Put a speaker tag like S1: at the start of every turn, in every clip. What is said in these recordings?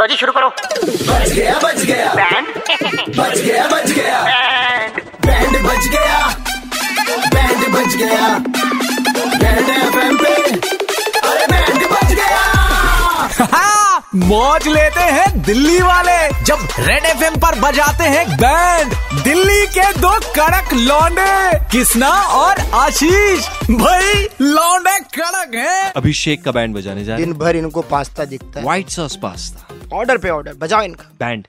S1: लो जी शुरू करो
S2: बच गया बच गया
S1: बैंड
S2: बच गया बच गया बैंड बच गया बैंड बच गया बैंड एफएम पे अरे बैंड बच गया
S3: हाँ, मौज लेते हैं दिल्ली वाले जब रेड एफ पर बजाते हैं बैंड दिल्ली के दो कड़क लौंडे कृष्णा और आशीष भाई लौंडे कड़क हैं
S4: अभिषेक का बैंड बजाने जा रहे
S5: दिन भर इनको पास्ता दिखता है
S4: व्हाइट सॉस पास्ता
S5: ऑर्डर पे ऑर्डर बजाओ इनका
S4: बैंड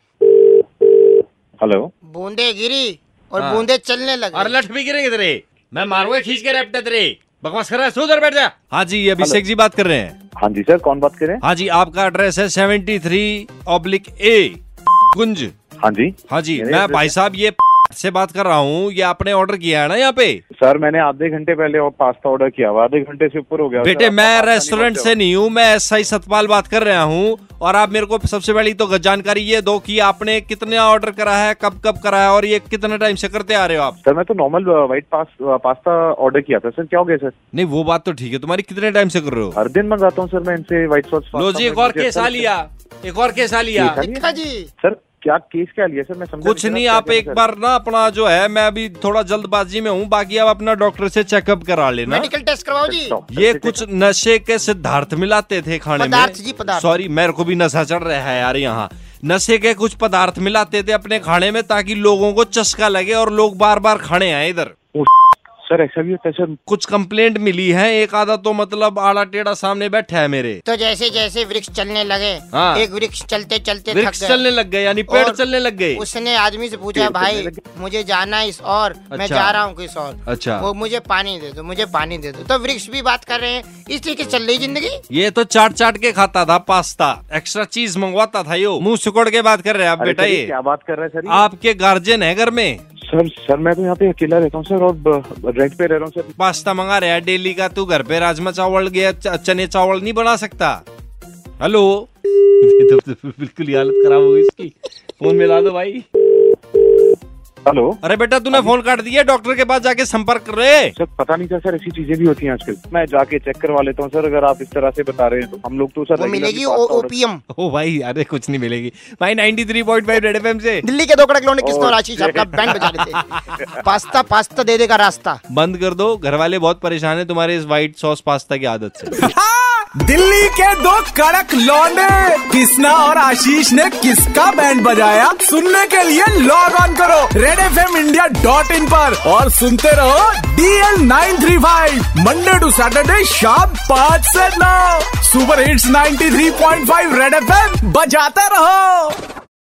S6: हेलो
S5: बूंदे गिरी और
S4: हाँ।
S5: बूंदे चलने
S7: और
S5: लगे
S7: लठ भी गिरेंगे तेरे मैं मारूंगा खींच के रैपटे तेरे बकवास कर रहा है सो उधर बैठ जा
S4: हाँ जी अभिषेक जी बात कर रहे हैं
S6: हाँ जी सर कौन बात कर रहे
S4: हाँ जी आपका एड्रेस है seventy three oblique A Kunj
S6: हैं हाँ जी
S4: हाँ जी
S6: मेरे
S4: मैं
S6: address
S4: भाई साहब ये से बात कर रहा हूँ ये आपने ऑर्डर किया है ना यहाँ पे
S6: है। सर मैंने आधे घंटे पहले और पास्ता ऑर्डर किया हुआ आधे घंटे से ऊपर हो गया
S4: बेटे
S6: सर, आप
S4: मैं
S6: पास्ता नहीं
S4: रेस्टोरेंट
S6: खाते
S4: से
S6: हो।
S4: नहीं हूँ मैं एस आई सतपाल बात कर रहा हूँ और आप मेरे को सबसे पहले तो जानकारी ये दो कि आपने कितना ऑर्डर करा है कब कब करा है और ये कितने टाइम से करते आ रहे हो आप
S6: सर मैं तो नॉर्मल व्हाइट पास पास्ता ऑर्डर uh, किया था सर क्या हो गया सर
S4: नहीं वो बात तो ठीक है तुम्हारी कितने टाइम से कर रहे हो
S6: हर दिन मंगाता हूँ सर मैं इनसे व्हाइट सॉस
S7: लो जी एक और केस आ लिया एक और केस आ लिया
S5: देखा जी
S6: सर क्या केस क्या लिया सर मैं समझा
S4: कुछ नहीं आप एक बार ना अपना जो है मैं अभी थोड़ा जल्दबाजी में हूँ बाकी आप अपना डॉक्टर से चेकअप करा लेना
S5: मेडिकल टेस्ट करवाओ जी
S4: ये कुछ नशे के सिद्धार्थ मिलाते थे खाने
S5: पदार्थ जी,
S4: में
S5: पदार्थ।
S4: सॉरी मेरे को भी नशा चढ़ रहा है यार यहाँ नशे के कुछ पदार्थ मिलाते थे अपने खाने में ताकि लोगों को चस्का लगे और लोग बार बार खाने आए इधर
S6: सर ऐसा भी होता है सर
S4: कुछ कंप्लेंट मिली है एक आधा तो मतलब आड़ा टेढ़ा सामने बैठा है मेरे
S5: तो जैसे जैसे वृक्ष चलने लगे
S4: हाँ।
S5: एक वृक्ष चलते चलते थक
S4: वृक्ष
S5: गए
S4: चलने लग गए यानी पेड़
S5: और
S4: चलने लग गए
S5: उसने आदमी से पूछा भाई मुझे जाना है इस और मैं
S4: अच्छा।
S5: जा रहा हूँ किस और
S4: अच्छा।
S5: वो मुझे पानी दे दो मुझे पानी दे दो तो वृक्ष भी बात कर रहे हैं इस तरीके से चल रही जिंदगी
S4: ये तो चाट चाट के खाता था पास्ता एक्स्ट्रा चीज मंगवाता था यो मुंह सिकोड़ के बात कर रहे हैं आप
S6: अरे
S4: बेटा
S6: सर, ये
S4: ये
S6: क्या बात कर रहे हैं सर ये?
S4: आपके गार्जियन है घर में
S6: सर सर मैं तो यहाँ पे अकेला रहता हूँ सर और रेंट पे रह रहा हूँ सर
S4: पास्ता मंगा रहा है डेली का तू घर पे राजमा चावल गया च- चने चावल नहीं बना सकता हेलो ये तो- तो बिल्कुल ही हालत खराब हो गई इसकी
S7: फोन मिला दो भाई
S6: हेलो
S4: अरे बेटा तूने फोन काट दिया डॉक्टर के पास जाके संपर्क कर रहे
S6: सर पता नहीं था सर ऐसी चीजें भी होती हैं आजकल मैं जाके चेक करवा लेता हूँ सर अगर आप इस तरह से बता रहे हैं तो हम लोग तो सर
S5: वो
S6: regularly
S5: मिलेगी
S6: पास्ता order-
S5: ओपीएम
S4: ओ भाई अरे कुछ नहीं मिलेगी भाई 93.5 three point five Red F से
S5: दिल्ली के दो कड़क लौंडे किसने
S6: और
S5: और आशीष आपका बैंड बजा रहे थे पास्ता पास्ता दे देगा रास्ता
S4: बंद कर दो घर वाले बहुत परेशान है तुम्हारे इस व्हाइट सॉस पास्ता की आदत से
S3: हाँ, दिल्ली के दो कड़क लौंडे कृष्णा और आशीष ने किसका बैंड बजाया सुनने के लिए लॉग ऑन करो Red F M India dot in पर और सुनते रहो DL nine three five Monday to Saturday शाम पाँच से नौ super hits 93.5 three point five Red F M बजाते रहो